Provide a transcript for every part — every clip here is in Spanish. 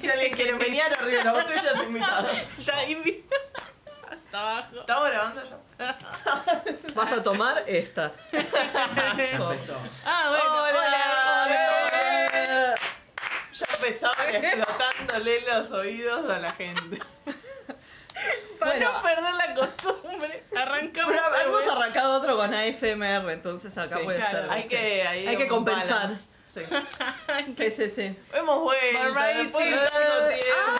Quieren venir arriba de la botella de invitado. Está invitado. Hasta abajo. ¿Estamos grabando ya? Vas a tomar esta. Ya empezó. ah, bueno. Hola. Ya empezó explotándole los oídos a la gente. Para Bueno. no perder la costumbre, arrancamos. Pero de hemos vez. arrancado otro con ASMR, entonces acá Sí, puede claro, ser. Hay que, hay Hay que un compensar. balance. Sí. Sí, sí, sí. Hemos vuelto Variety. Ah. después de tanto tiempo.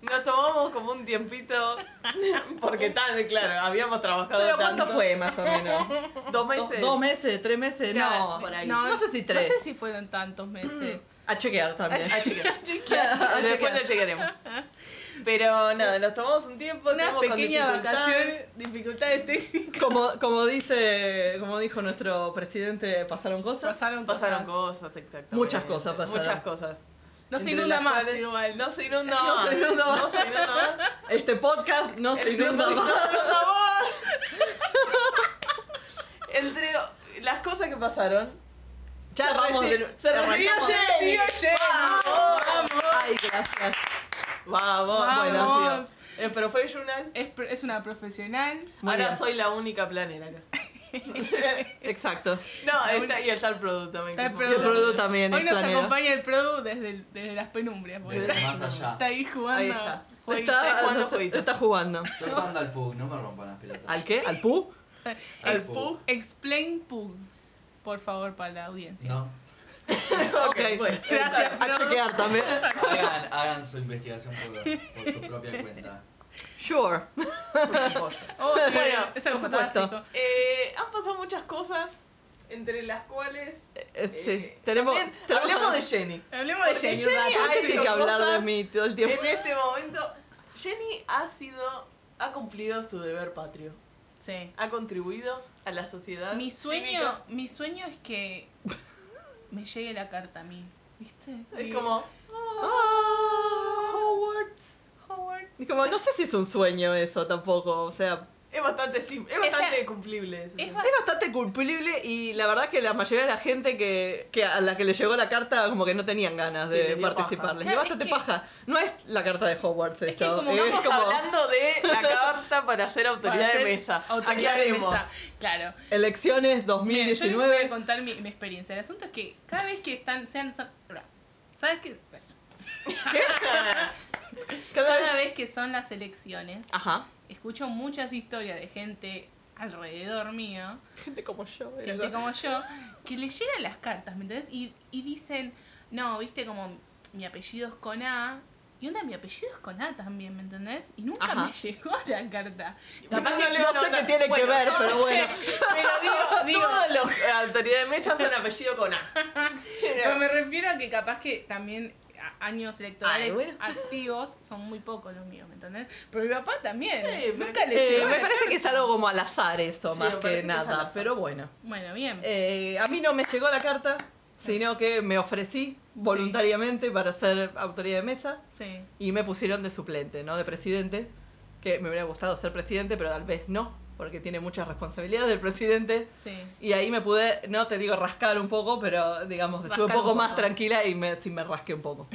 Nos tomamos como un tiempito. Porque tan, claro, habíamos trabajado Pero ¿cuánto tanto. fue más o menos? Dos Do- meses. ¿Dos meses? ¿Tres meses? Claro, No, no, sé si tres. No sé si fueron tantos meses. A chequear también. A chequear. Chequear. A Después chequear. lo chequearemos. Pero nada, nos tomamos un tiempo, Unas estuvimos con pequeñas dificultades. vacaciones, dificultades técnicas. Como, como dice, como dijo nuestro presidente, pasaron cosas. Pasaron, Pasaron cosas. cosas, exactamente. Muchas cosas pasaron. Muchas cosas. No se Entre inunda las más cuales- igual. No se inunda No más. se inunda más. No se inunda más. Este podcast no se inunda No más. se inunda más. Entre las cosas que pasaron. Ya arrancamos se, de reci- se recibió arrancamos. Jenny. Vamos. Ay, gracias. Vamos. Vamos. Bueno, tío. Eh, pero fue Yunal. Es, pro- es una profesional. Muy Ahora bien. soy la única planera acá. Exacto. No, está, y está el producto. Me Está el equivoco. Y Produ. el Produ también Hoy es nos planero. acompaña el Produ desde, el- desde las penumbras. porque Desde más allá. Está ahí jugando. Ahí está. jueguito. Está, jugando no sé, jueguito. está jugando. Estoy jugando al Pug, no me rompan las pelotas. ¿Al qué? ¿Al Pu? Al Ex- Pug. Explain Pug, por favor, para la audiencia. No. Ok. bueno. Gracias, A chequear también. Hagan, hagan su investigación por, por su propia cuenta. Sure. Por supuesto. Oh, sí, Bueno, es algo por supuesto. fantástico. Eh, han pasado muchas cosas, entre las cuales. Eh, eh, sí. Tenemos. también tenemos hablemos a- de Jenny. Hablemos de Porque Jenny. Jenny un rato. hay Hay que muchas hablar de cosas mí todo el tiempo. En este momento, Jenny ha sido. ha cumplido su deber patrio. Sí. Ha contribuido a la sociedad. Mi sueño, cívica. mi sueño es que me llegue la carta a mí. ¿Viste? Es Y- como. Ah. Hogwarts. Howard. Y como, no sé si es un sueño eso tampoco. O sea, Es bastante simple, es Esa- bastante cumplible eso. Es es bastante cumplible y la verdad que la mayoría de la gente que, que a la que le llegó la carta como que no tenían ganas Sí, de les dio participar. paja. Les dio Claro, es bastante que- paja. No es la carta de Hogwarts Es que esto. como es Estamos como hablando de la carta para ser autoridad Para de ser mesa. autoridad de Aclaremos. mesa, Claro. elecciones Miren, yo les voy a 2019. contar mi, mi experiencia. El asunto es que cada vez que están, sean, son- ¿sabes qué? Pues, Cada vez- cada vez que son las elecciones, Ajá. escucho muchas historias de gente alrededor mío, Gente como yo. eh, gente como yo, que le llegan las cartas, ¿me entendés? Y, y dicen, no, viste, como mi apellido es con A. Y onda, mi apellido es con A también, ¿me entendés? Y nunca Ajá. me llegó la carta. Capaz que no sé qué tiene que ver, pero bueno. Pero digo, digo, Todos los eh, autoridad de mesa son apellido con A. Pero me refiero a que capaz que también a- años electorales Ay, Ah, bueno. activos son muy pocos los míos, ¿me entendés? Pero mi papá también. Sí, pero nunca que- le Eh, llegó. me la parece carta. que es algo como al azar eso, Sí, más me parece que que es al nada. azar. Pero bueno. Bueno, bien. Eh, a mí no me llegó la carta, sino que me ofrecí voluntariamente para ser autoridad de mesa Sí. y me pusieron de suplente, no de presidente, que me hubiera gustado ser presidente, pero tal vez no, porque tiene muchas responsabilidades el presidente. Sí. Y ahí me pude, no te digo rascar un poco, pero digamos, estuve Rascar un poco un más poco. tranquila y me, sí me rasqué un poco.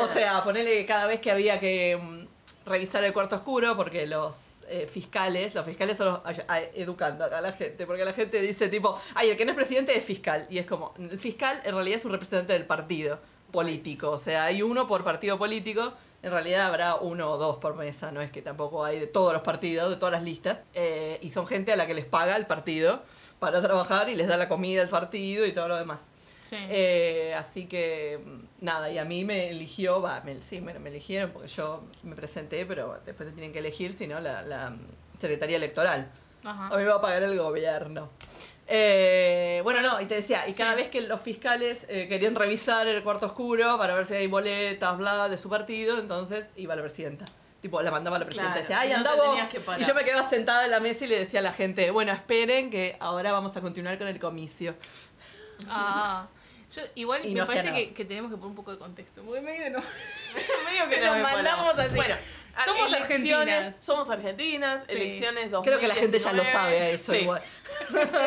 o sea, ponele que cada vez que había que mm, revisar el cuarto oscuro, porque los eh, fiscales, los fiscales son los, ay, ay, educando acá a la gente, porque la gente dice tipo, ay, el que no es presidente es fiscal. Y es como, el fiscal en realidad es un representante del partido político, o sea, hay uno por partido político. En realidad habrá uno o dos por mesa, no es que tampoco hay de todos los partidos, de todas las listas. eh, y son gente a la que les paga el partido para trabajar y les da la comida el partido y todo lo demás. Sí. Eh, así que mm, nada, y a mí me eligió, va, me, sí, me, me eligieron porque yo me presenté, pero después te tienen que elegir, si no, la, la, mm, Secretaría Electoral. A Ajá. mí me va a pagar el gobierno. Eh, bueno, no, y te decía, y cada Sí. vez que los fiscales eh, querían revisar el cuarto oscuro para ver si hay boletas, bla, de su partido, entonces iba la presidenta. Tipo, la mandaba a la presidenta. Claro, decía, ay, no andá te vos". tenías que parar. Y yo me quedaba sentada en la mesa y le decía a la gente, bueno, esperen que ahora vamos a continuar con el comicio. Ah. Yo, igual Y me no hacía parece nada. que, que tenemos que poner un poco de contexto. Porque medio no. Medio que Nos no me mandamos paramos. así. Bueno, Somos elecciones- argentinas. Somos argentinas, Sí. elecciones 2019. Creo que la gente ya lo sabe a eso Sí. igual.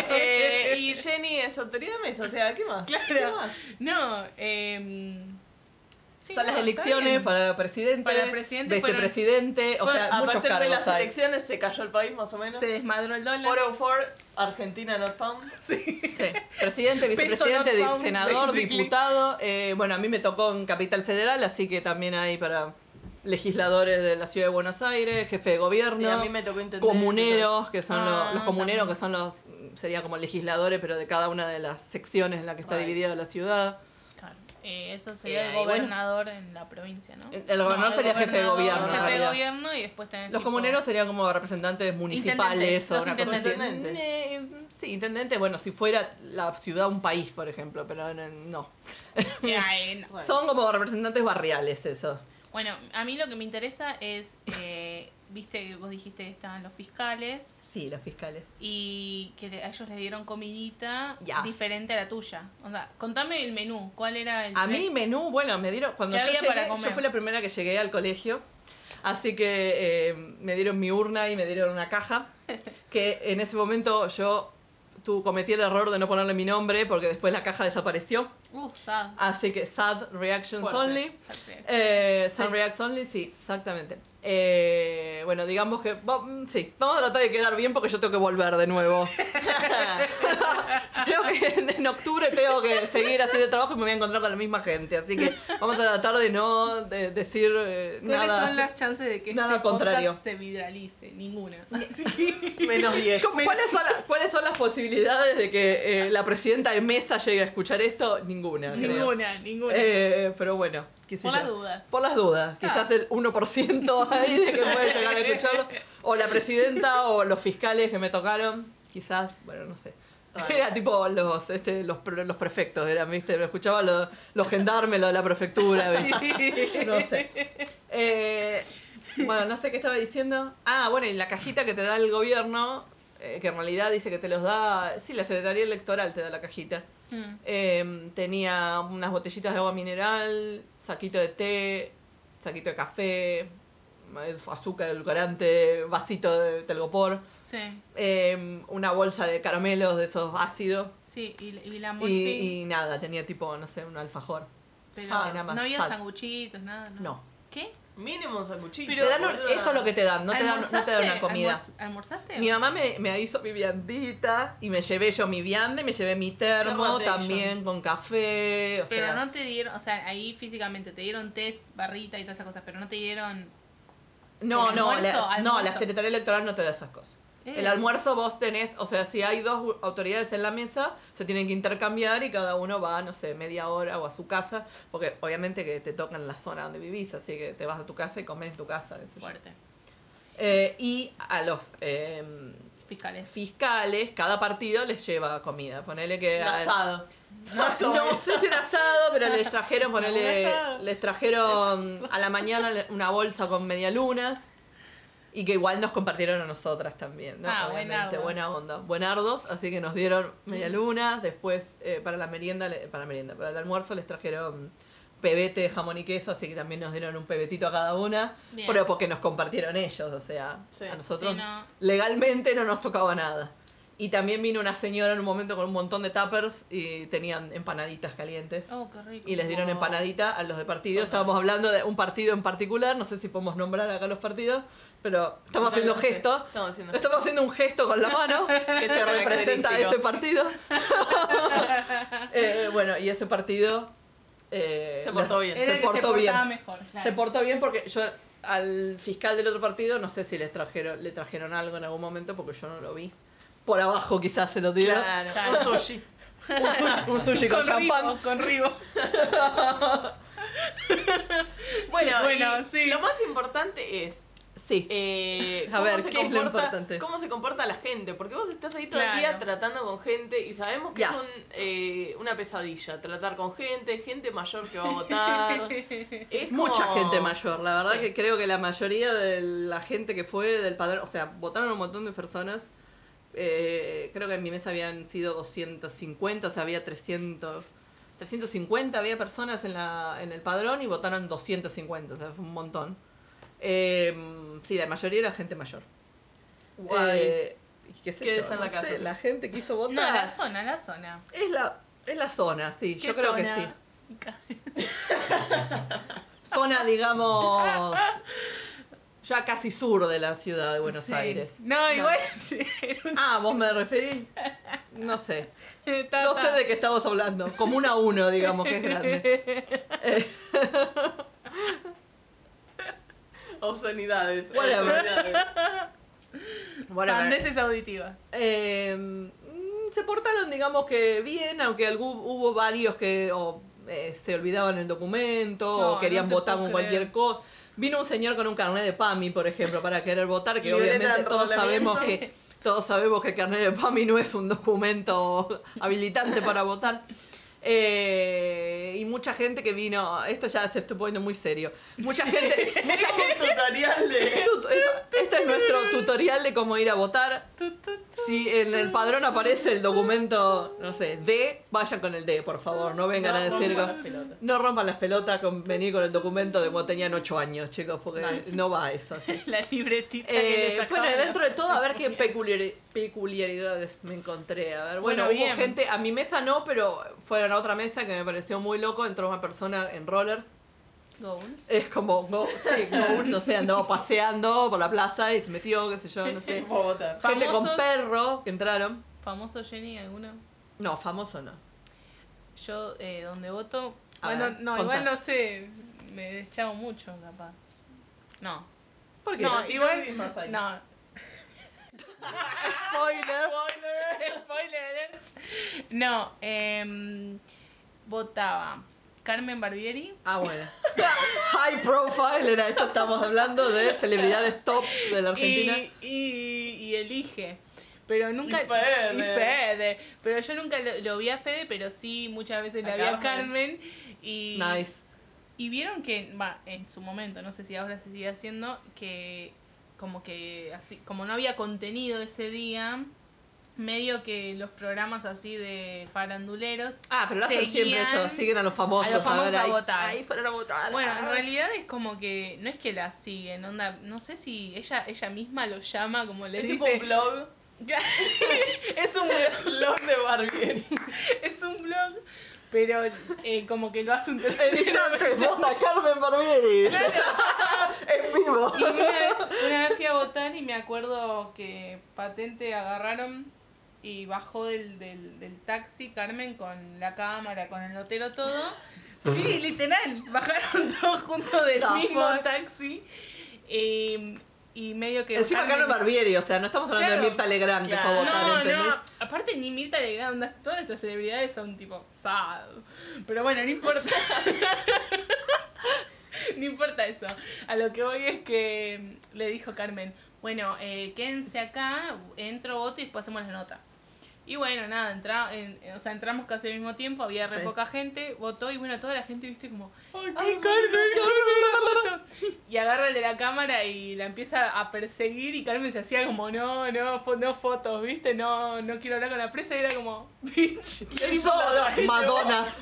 Eh, y Jenny es autoridad de mesa, o sea, ¿qué más? Claro. ¿Qué más? No, eh. Sí, Son las no, está elecciones bien. para presidente, Para presidente fueron- vicepresidente, o Fue- sea, a muchos partir de cargos las hay. elecciones se cayó el país más o menos. Se desmadró el dólar. 404, Argentina not found. Sí. Sí. Presidente, Peso vicepresidente, not di- found, senador, basically. diputado. Eh, bueno, a mí me tocó en Capital Federal, así que también hay para legisladores de la Ciudad de Buenos Aires, jefe de Sí, gobierno, a mí me tocó entender. comuneros, que son Ah, los, los comuneros, también. que son los, sería como legisladores, pero de cada una de las secciones en la que está Right. dividida la ciudad. Claro. Eh, eso sería Eh, el y bueno. gobernador en la provincia, ¿no? El el gobernador No, sería jefe de gobernador, gobierno. en Jefe de realidad. gobierno y después tenés Los tipo- comuneros serían como representantes municipales Intendentes, o los una cosa así. intendentes. Eh, Sí, intendente, bueno, si fuera la ciudad un país, por ejemplo, pero no- no. Ay, no. Bueno. Son como representantes barriales esos. Bueno, a mí lo que me interesa es, eh, viste que vos dijiste que estaban los fiscales Sí, los fiscales. y que le- a ellos les dieron comidita Yes. diferente a la tuya. O sea, contame el menú, ¿cuál era el A menú? mí menú, bueno, me dieron cuando ¿Qué yo había llegué, para yo comer? fui la primera que llegué al colegio, así que eh, me dieron mi urna y me dieron una caja que en ese momento yo tu, cometí el error de no ponerle mi nombre porque después la caja desapareció, Uh, sad. así que sad reactions Fuerte. only. Sad. Eh, Ay. Sun Reacts Only, sí, exactamente. Eh, bueno, digamos que. va- mm, sí, vamos a tratar de quedar bien porque yo tengo que volver de nuevo. Creo que en, en octubre tengo que seguir haciendo trabajo y me voy a encontrar con la misma gente. Así que vamos a tratar de no de- decir eh, ¿Cuáles nada. son las chances de que nada este podcast contrario. se viralice? Ninguna. Menos 10. ¿Cómo- ¿Cuáles son, las- ¿Cuáles son las posibilidades de que eh, la presidenta de mesa llegue a escuchar esto? Ninguna. creo. ninguna, ninguna. Eh, pero bueno, qué sé Por yo. las dudas. Por las dudas. Quizás el 1% ahí de que puede llegar a escucharlo. O la presidenta o los fiscales que me tocaron. Quizás, bueno, no sé. Era tipo los, este, los, pre- los prefectos, eran, ¿viste? Lo escuchaba los, los gendarmes, lo de la prefectura, ¿viste? No sé. Eh, bueno, no sé qué estaba diciendo. Ah, bueno, y la cajita que te da el gobierno, eh, que en realidad dice que te los da. Sí, la Secretaría Electoral te da la cajita. Mm. Eh, tenía unas botellitas de agua mineral, saquito de té, saquito de café, eh, azúcar edulcorante, vasito de telgopor, Sí, eh, una bolsa de caramelos de esos ácidos sí, y, y la y, morfina. y nada, tenía tipo, no sé, un alfajor. pero Sal, nada más, no había sal. sanguchitos, nada. No. No. ¿Qué? Mínimo un sanguchito. Pero- Te dan un- boluda. eso es lo que te dan, no te dan, no te dan una ¿Almorzaste? comida. ¿Almorz- ¿Almorzaste? Mi mamá me, me hizo mi viandita y me llevé yo mi vianda y me llevé mi termo Thermo Action. también con café. O pero sea, no te dieron, o sea, ahí físicamente te dieron test, barrita y todas esas cosas, pero no te dieron. No, ¿El no, almuerzo? la, no, la ¿Almuerzo? Secretaría Electoral no te da esas cosas. Eh. El almuerzo vos tenés, o sea, si hay dos autoridades en la mesa, se tienen que intercambiar y cada uno va, no sé, media hora o a su casa, porque obviamente que te tocan la zona donde vivís, así que te vas a tu casa y comes en tu casa. qué sé yo. Fuerte. Eh, y a los eh, Fiscales. fiscales, cada partido les lleva comida. Ponele que... Un a- Asado. no, no sé si un asado, pero les trajeron, ponele, Un asado. les trajeron a la mañana le- una bolsa con medialunas y que igual nos compartieron a nosotras también, ¿no? Ah, Obviamente, buenardos. buena onda. Buenardos, así que nos dieron medialunas, después eh, para la merienda, le- para la merienda, para el almuerzo les trajeron pebete de jamón y queso, así que también nos dieron un pebetito a cada una, Bien. pero porque nos compartieron ellos, o sea, Sí. a nosotros Sí, no. legalmente no nos tocaba nada. Y también vino una señora en un momento con un montón de tuppers y tenían empanaditas calientes. Oh, qué rico. Y les dieron empanadita a los de partido. Estábamos hablando de un partido en particular, no sé si podemos nombrar acá los partidos, pero estamos haciendo Totalmente. gestos. Estamos haciendo gestos. Estamos haciendo un gesto con la mano que te representa a ese Característico. partido. Eh, bueno, y ese partido... eh, Se portó la- bien. Era se el que portó bien. portaba mejor. claro. Se portó bien porque yo al fiscal del otro partido no sé si les trajeron, le trajeron algo en algún momento porque yo no lo vi. Por abajo quizás se lo dio. Claro. Claro. Un sushi. Un sushi, un sushi con, con champán. Rigo, con Rigo. Bueno, Bueno, y sí. lo más importante es Sí. Eh, A ¿cómo ver, se ¿qué es lo comporta- importante? ¿Cómo se comporta la gente? Porque vos estás ahí todo el día Claro. tratando con gente y sabemos que Yes. es un, eh, una pesadilla tratar con gente, gente mayor que va a votar. Es Mucha como- gente mayor, la verdad Sí. que creo que la mayoría de la gente que fue del padrón, o sea, votaron un montón de personas. Eh, creo que en mi mesa habían sido 250, o sea, había 300, 350 había personas en, la, en el padrón y votaron 250, o sea, fue un montón. Eh, sí, la mayoría era gente mayor. Guay. Eh, qué sé Quédese yo, en la no casa. sé, la gente quiso No, votar. la zona, la zona. Es la es la zona, sí, yo creo que sí. zona, digamos, ya casi sur de la ciudad de Buenos Sí. Aires. No, igual. era un- Ah, vos me referís. No sé. Ta, No sé ta. de qué estamos hablando. Como una uno, digamos, que es grande. Obscenidades. Whatever. obscenidades. Whatever. Sandeces auditivas. Eh, mm, se portaron, digamos que bien, aunque algún, hubo varios que o, eh, se olvidaban el documento No, o querían no te votar puedo con cualquier creer. cosa. Vino un señor con un carnet de PAMI, por ejemplo, para querer votar, que Libreta de obviamente todos enrolamiento. sabemos que todos sabemos que el carnet de PAMI no es un documento habilitante para votar. Eh, y mucha gente que vino, esto ya se está poniendo muy serio. Mucha gente, mucha gente. Un tutorial de. es un- es- este es nuestro tutorial de cómo ir a votar. Tu, tu, tu. Si en el padrón aparece el documento, no sé, D, vayan con el D, por favor, no vengan a decir... rompan con- las pelotas. No rompan las pelotas con venir con el documento de cuando tenían 8 años, chicos, porque no va eso. así. La libretita que Eh, le sacaban. bueno, dentro de todo, a ver qué peculiari- peculiaridades me encontré. A ver, bueno, Bueno, hubo bien. gente, a mi mesa no, pero fueron a otra mesa que me pareció muy loco, entró una persona en rollers. Goals. Es como, go- sí, go, no sé, andaba paseando por la plaza y se metió, qué sé yo, no sé. Vamos a votar. Gente con Famosos. perro que entraron. Famoso Jenny, alguno. No, famoso no. Yo, eh, donde voto. A bueno, ver, no, contá. igual no sé. Me deschavo mucho, capaz. No. ¿Por qué? No, Si no vivís igual. más ahí. No. Spoiler. Spoiler. Spoiler alert. No, em, votaba Carmen Barbieri. Ah, bueno. High profile era esto. Estamos hablando de celebridades top de la Argentina. Y, y, y elige. Pero nunca. Y Fede. y Fede. Pero yo nunca lo, lo vi a Fede, pero sí muchas veces la A vi a Carmen. Carmen. Y, Nice. y vieron que, va, en su momento, no sé si ahora se sigue haciendo, que como que así, como no había contenido ese día, medio que los programas así de faranduleros. Ah, pero lo hacen siempre seguían- eso. Siguen a los famosos. a los famosos ver, a ahí- votar. Ahí fueron a votar. Bueno, Ah. en realidad es como que no es que la siguen, onda, no sé si ella ella misma lo llama como le Es tipo un dice. blog. es un Blog de Barbieri. es un blog, pero eh, como que lo hace un El tercero. instante vota Carmen Barbieri. en vivo. Y una vez, una vez fui a votar y me acuerdo que patente agarraron y bajó del, del, del taxi Carmen con la cámara, con el lotero, todo. Sí, literal, bajaron todos juntos del The mismo fuck? taxi. Eh, y medio que. Encima Carmen Barbieri, o sea, no estamos hablando Claro. de Mirta Legrand que fue Claro. a votar, no, ¿entendés? no, aparte ni Mirta Legrand, onda, todas estas celebridades son tipo sad. Pero bueno, no importa. no importa eso. A lo que voy es que mm, le dijo Carmen, bueno, eh, quédense acá, entro, voto y después hacemos la nota. Y bueno, nada, entra, en- o sea, entramos casi al mismo tiempo, había re Sí. poca gente, votó y bueno, toda la gente, viste, como, Ay, ¡Ay, Carmen! Carmen, Carmen! Y agarra el de la cámara y la empieza a perseguir y Carmen se hacía como, no, no, fo- no fotos, ¿viste? No, no quiero hablar con la prensa. Y era como, bitch, Y solo Madonna.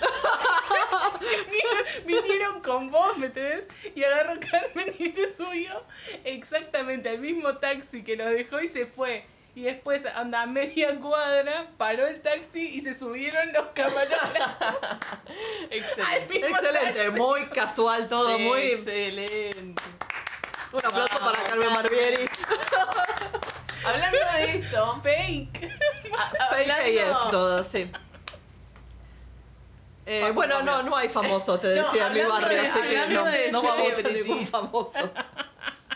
vinieron, vinieron con vos, ¿me entendés? Y agarró Carmen y se subió exactamente al mismo taxi que los dejó y se fue. Y después anda a media cuadra, paró el taxi y se subieron los camarones al Excelente. mismo Excelente, muy casual todo, muy Excelente. Un aplauso para Ah, Carmen Barbieri. Hablando de esto. Fake. Fake AF, todo, sí. Eh, Paso bueno, no, también. no hay famoso, te No, decía en mi hablando barrio, de- así que hablando no, de Eh, no vamos a votar celebrities. ningún famoso.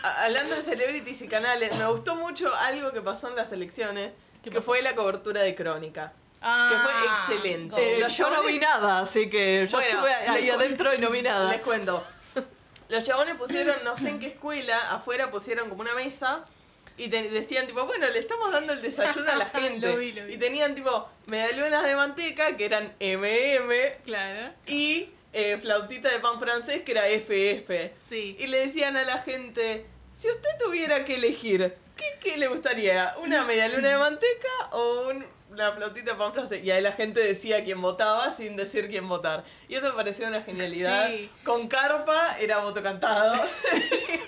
A- Hablando de celebrities y canales, me gustó mucho algo que pasó en las elecciones, ¿Qué que pasó? fue la cobertura de Crónica. Ah, excelente. go. Eh, Los yo no vi jóvenes- nada, así que yo Bueno, estuve ahí les- adentro y no vi nada. Les cuento. Los chabones pusieron, no sé en qué escuela, afuera pusieron como una mesa y te- decían tipo, bueno, le estamos dando el desayuno a la gente. Lo vi, lo vi. Y tenían tipo medialunas de manteca, que eran MM, Claro. y eh, flautita de pan francés, que era FF. Sí. Y le decían a la gente, si usted tuviera que elegir, ¿qué, qué le gustaría? ¿Una media luna de manteca o un- una flautita de pan francés? Y ahí la gente decía quién votaba sin decir quién votar. Y eso me pareció una genialidad. Sí. Con carpa era voto cantado.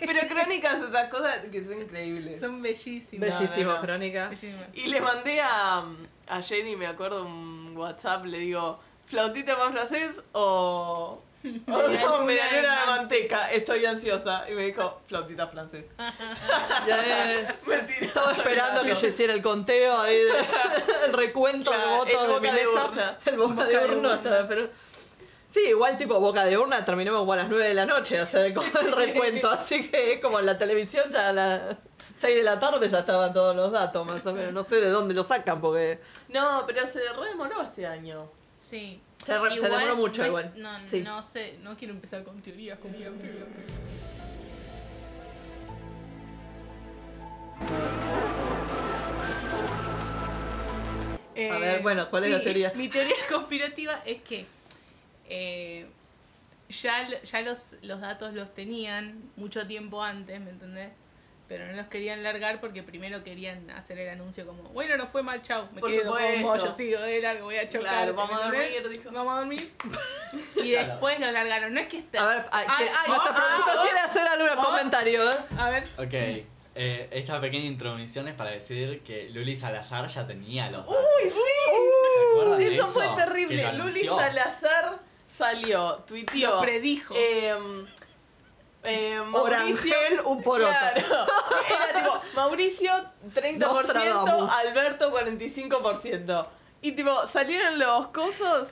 Pero crónicas, esas cosas que son increíbles. Son bellísimas. No, Bellísimo, no, no. Crónica. Bellísimas. Y le mandé a, a Jenny, me acuerdo, un WhatsApp, le digo, flautita de pan francés o... o Medialuna medialuna de de Rebeca, estoy ansiosa. Y me dijo, flautita francés. Ya, eh, Mentira. estaba esperando que yo hiciera el conteo, ahí de- el recuento Claro, de el votos de boca de Milesa. urna. El boca, de de urna. estaba, pero- Sí, igual tipo boca de urna, terminamos como a las 9 de la noche a hacer como el recuento. Así que como en la televisión ya a las 6 de la tarde ya estaban todos los datos, más o menos. No sé de dónde lo sacan porque No, pero se remoró este año. Sí. se, re- se Igual demoró mucho no es- igual. No, Sí. no sé, no quiero empezar con teorías, con teorías, con teorías. con teorías. A Eh, ver, bueno, ¿cuál es la teoría? Mi teoría conspirativa es que eh, ya, lo- ya los, los datos los tenían mucho tiempo antes, ¿me entendés? Pero no los querían largar porque primero querían hacer el anuncio como, bueno, no fue mal, chau, me Por quedo supuesto. como yo sigo de largo, voy a chocar. Claro, vamos a ¿me entendés? dormir, dijo. Vamos a dormir. Y después lo largaron. No es que está... A ver, ay, Ay, que- ay, nuestro ah, productor ah, quiere hacer algún ah. comentario. ¿eh? A ver. Ok, eh, esta pequeña intromisión es para decir que Luli Salazar ya tenía los datos. ¡Uy, sí! ¿Se acuerdan de Eso fue eso? Que terrible. lo Luli anunció. Salazar salió, tuiteó. Lo predijo. eh, em, em, Mauricio. Orangel, un porota. Claro. Era tipo, Mauricio 30%, Nostradamus. Alberto 45%. Y tipo, salieron los cosos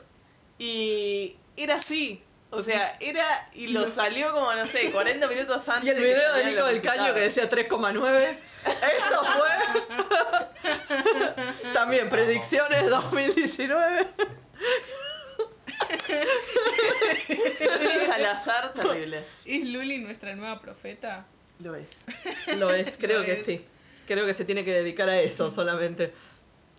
y era así. O sea, era. Y lo salió como, no sé, 40 minutos antes. Y el de que video de salieran Nico los del Caño que resultados. decía 3,9. Eso fue. También predicciones 2019. Luli Salazar, terrible. ¿Es Luli nuestra nueva profeta? Lo es. Lo es, creo Lo que es. sí. Creo que se tiene que dedicar a eso solamente.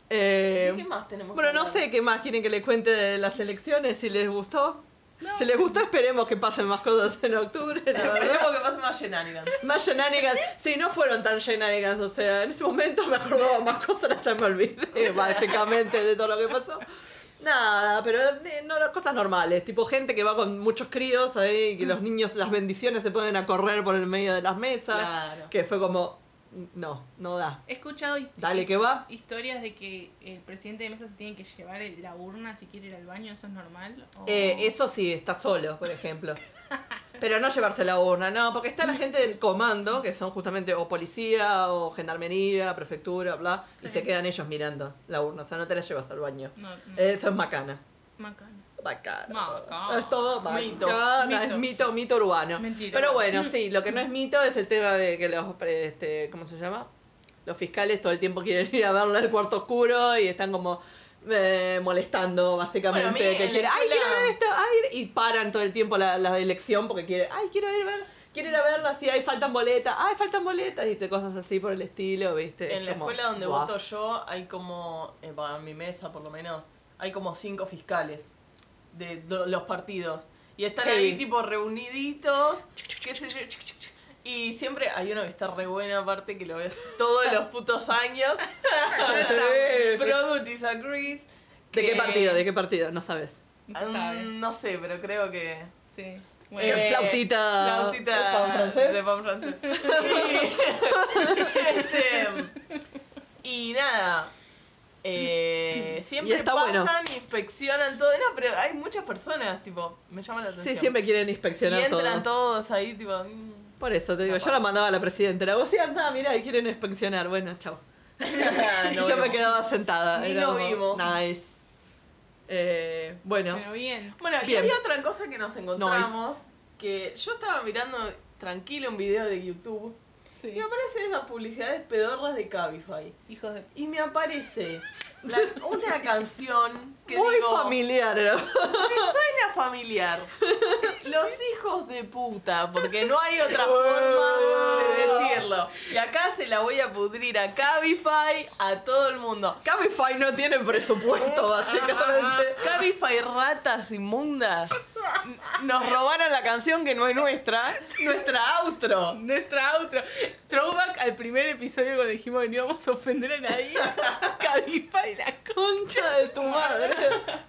Eh, ¿Y ¿Qué más tenemos? bueno, que no hablar? sé qué más quieren que les cuente de las elecciones, si les gustó. No. Si les gustó, esperemos que pasen más cosas en octubre, la verdad. Esperemos que pase más shenanigans. Más shenanigans. Sí, no fueron tan shenanigans. O sea, en ese momento me acordaba más cosas, ahora ya me olvidé básicamente de todo lo que pasó. Nada, pero eh, no, las cosas normales. Tipo gente que va con muchos críos ahí, que los niños, las bendiciones se ponen a correr por el medio de las mesas. Claro. Que fue como, "Mm, no, no da. He escuchado hist- Dale que va. historias de que el presidente de mesa se tiene que llevar el- la urna si quiere ir al baño. ¿Eso es normal? ¿O- Eh, eso sí, está solo, por ejemplo. Pero no llevarse la urna, no, porque está la gente del comando, que son justamente o policía, o gendarmería, prefectura, bla, Sí. Mm. y se quedan ellos mirando la urna, o sea, no te la llevas al baño. No, no. Eso es macana. Macana. Bacana. Macana. eh, Es todo Ah, Mito. bacana, es Mito. mito, mito urbano. Mentira. Pero bueno, sí, lo que no es mito es el tema de que los, este, ¿cómo se llama? Los fiscales todo el tiempo quieren ir a verla al cuarto oscuro y están como eh, molestando básicamente Bueno, a mí que en la quieren, ay, escuela- quiero ver esto, ay", y paran todo el tiempo la, la elección porque quieren, ay, quiero ir a ver, quiero ir a verla, sí, ay, faltan boletas, ay, faltan boletas, y te- cosas así por el estilo, ¿viste? En la Como, escuela donde guau. voto yo hay como, eh, para mi mesa por lo menos, hay como cinco fiscales de do- los partidos. Y están Sí. ahí tipo reuniditos, qué sé yo. chuc, chuc, chuc. Y siempre hay uno que está re buena aparte que lo ves todos los putos años. Sí. Product disagrees. ¿De qué que- partido? ¿De qué partido? No sabes. No se sabe. Mm, No sé, pero creo que... Sí. Eh, Bueno, Eh, flautita- flautita Ah, ¿de pan francés? de pan francés. Y, este, y nada. eh, siempre Y está pasan, bueno. inspeccionan todo. No, pero hay muchas personas, tipo, me llaman la atención. Sí, siempre quieren Y inspeccionar todo. entran todos ahí, tipo. mm. Por eso te digo, yo la mandaba a la presidenta. Era, vos sí, anda, mira, y quieren inspeccionar. Bueno, chao. Ah, y no yo me vimos. quedaba sentada. Ni era lo como, vimos. Nice. Eh, bueno, pero bien. Bueno, Bien. y hay otra cosa que nos encontramos. Que yo estaba mirando tranquilo un video de YouTube. Sí. Y me aparecen esas publicidades pedorras de Cabify. Hijos de... Y me aparece la- una canción que muy digo, familiar. era. me suena familiar. Los hijos de puta, porque no hay otra forma de decirlo. Y acá se la voy a pudrir a Cabify, a todo el mundo. Cabify no tiene presupuesto, Ah. básicamente. Cabify ratas inmundas. Nos robaron la canción que no es nuestra, nuestra outro. Nuestra otra Throwback al primer episodio cuando dijimos que no íbamos a ofender a nadie. Cabify y la Concha de tu madre.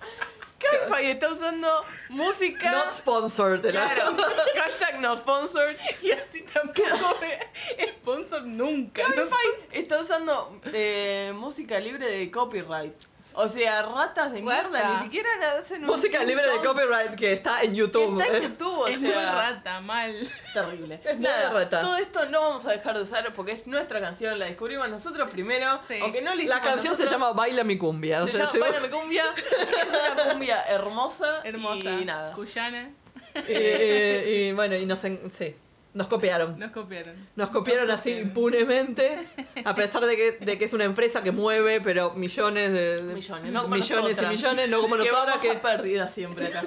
Cabify está usando música. Not sponsored. era. Claro, hashtag no sponsored. Y así tampoco me sponsor nunca. no sé. Cabify está usando eh, música libre de copyright. O sea, ratas de Rata. mierda, ni siquiera la hacen un Música libre de Simpson. copyright que está en YouTube. Está en ¿eh? YouTube, o es muy sea, rata, mal. terrible. Es muy Nada, rata. Todo esto no vamos a dejar de usar porque es nuestra canción, la descubrimos nosotros primero. Sí. Aunque no le La hicimos canción se nosotros. llama Baila mi cumbia. o Se sea, llama se- Bailame Cumbia. Es una cumbia hermosa. Hermosa. Y nada. Cuyana. Eh, y bueno, y nos, en- sí, nos copiaron. Nos copiaron. Nos copiaron Nos así copiaron. impunemente, a pesar de que, de que es una empresa que mueve, pero millones de, de- Millones, no como millones y nosotras. millones, no como que nosotros vamos que a pérdida siempre acá.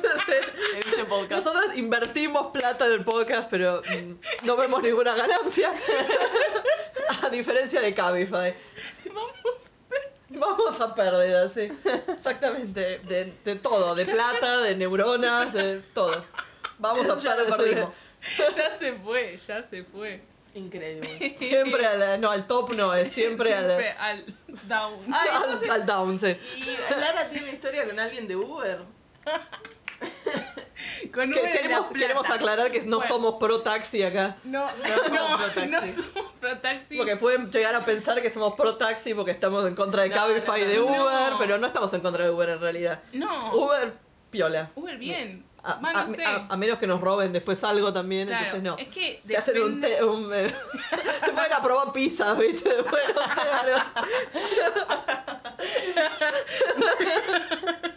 en este podcast. nosotras invertimos plata del podcast, pero mm, no vemos ninguna ganancia. a diferencia de Cabify. Vamos. Vamos a pérdida, sí. Exactamente. De, de todo, de plata, de neuronas, de todo. Vamos a Ya lo pérdida. perdimos. Ya se fue, ya se fue. Increíble. Siempre al, no, al top no, es siempre, al- Ah, Siempre al down. Ay, al, entonces- al down, sí. Y Lara tiene historia con alguien de Uber. Con Que- Uber en queremos, La Plata. queremos aclarar que no Bueno. somos pro taxi acá. No, somos no, pro-taxi. no somos pro taxi. Porque pueden llegar a pensar que somos pro taxi porque estamos en contra de No, Cabify y no, de no. Oh. Uber, pero no estamos en contra de Uber en realidad. No, Uber, Uber, piola. bien. A, Va, no a- sé. a- a menos que nos roben después algo también, Claro, entonces no. Es que Se hacen un, depende- te- un, eh, se pueden aprobar pizzas, ¿viste? Bueno, o sea,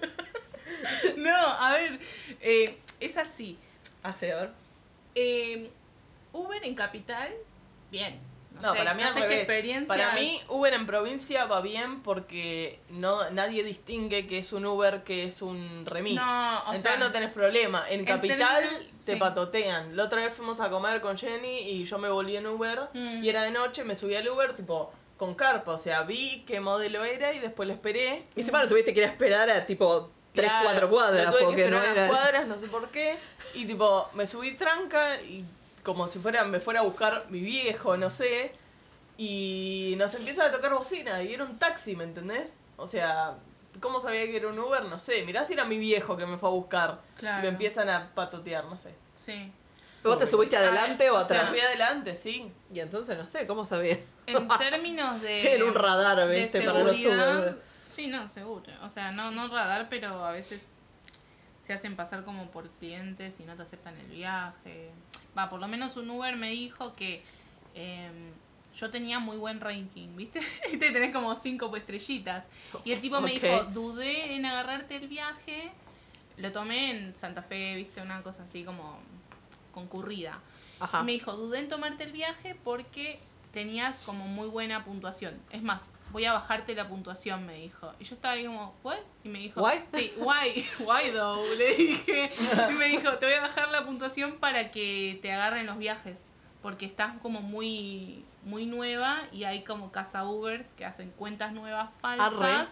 los- No, a ver, eh, es así. Así, a ver. Eh, Uber en capital, bien. No, para mí al sé qué revés. experiencia- Para mí Uber en provincia va bien porque no nadie distingue que es un Uber que es un remis. No, o Entonces sea, no tenés problema. En en Capital términos- te sí. patotean. La otra vez fuimos a comer con Jenny y yo me volví en Uber Mm. y era de noche, me subí al Uber tipo con carpa, o sea, vi qué modelo era y después lo esperé. Y encima no tuviste que ir a esperar a tipo 3, Claro, 4 cuadras, lo tuve que porque no esperar era. unas cuadras, no sé por qué. Y tipo, me subí tranca y como si fuera, me fuera a buscar mi viejo, no sé. Y nos empieza a tocar bocina y era un taxi, ¿me entendés? O sea, ¿cómo sabía que era un Uber? No sé. Mirá si era mi viejo que me fue a buscar. Claro. Y me empiezan a patotear, no sé. Sí. ¿Vos te subiste adelante o O sea, atrás? fui adelante, sí. Y entonces no sé, ¿cómo sabía? En términos de. Era un radar, Eh, de ¿viste? Para los seguridad, Uber. Sí, no, seguro. O sea, no, no radar, pero a veces se hacen pasar como por clientes y no te aceptan el viaje. Va, por lo menos un Uber me dijo que em, yo tenía muy buen ranking, ¿viste? Te tenés como cinco estrellitas. Y el tipo me Ok. dijo, dudé en agarrarte el viaje. Lo tomé en Santa Fe, ¿viste? Una cosa así como concurrida. Ajá. Me dijo, dudé en tomarte el viaje porque tenías como muy buena puntuación. Es más, voy a bajarte la puntuación, me dijo. Y yo estaba ahí como, ¿what? Y me dijo, Why? Sí, why, why though, le dije. Y me dijo, te voy a bajar la puntuación para que te agarren los viajes. Porque estás como muy, muy nueva y hay como casa Ubers que hacen cuentas nuevas falsas Arre.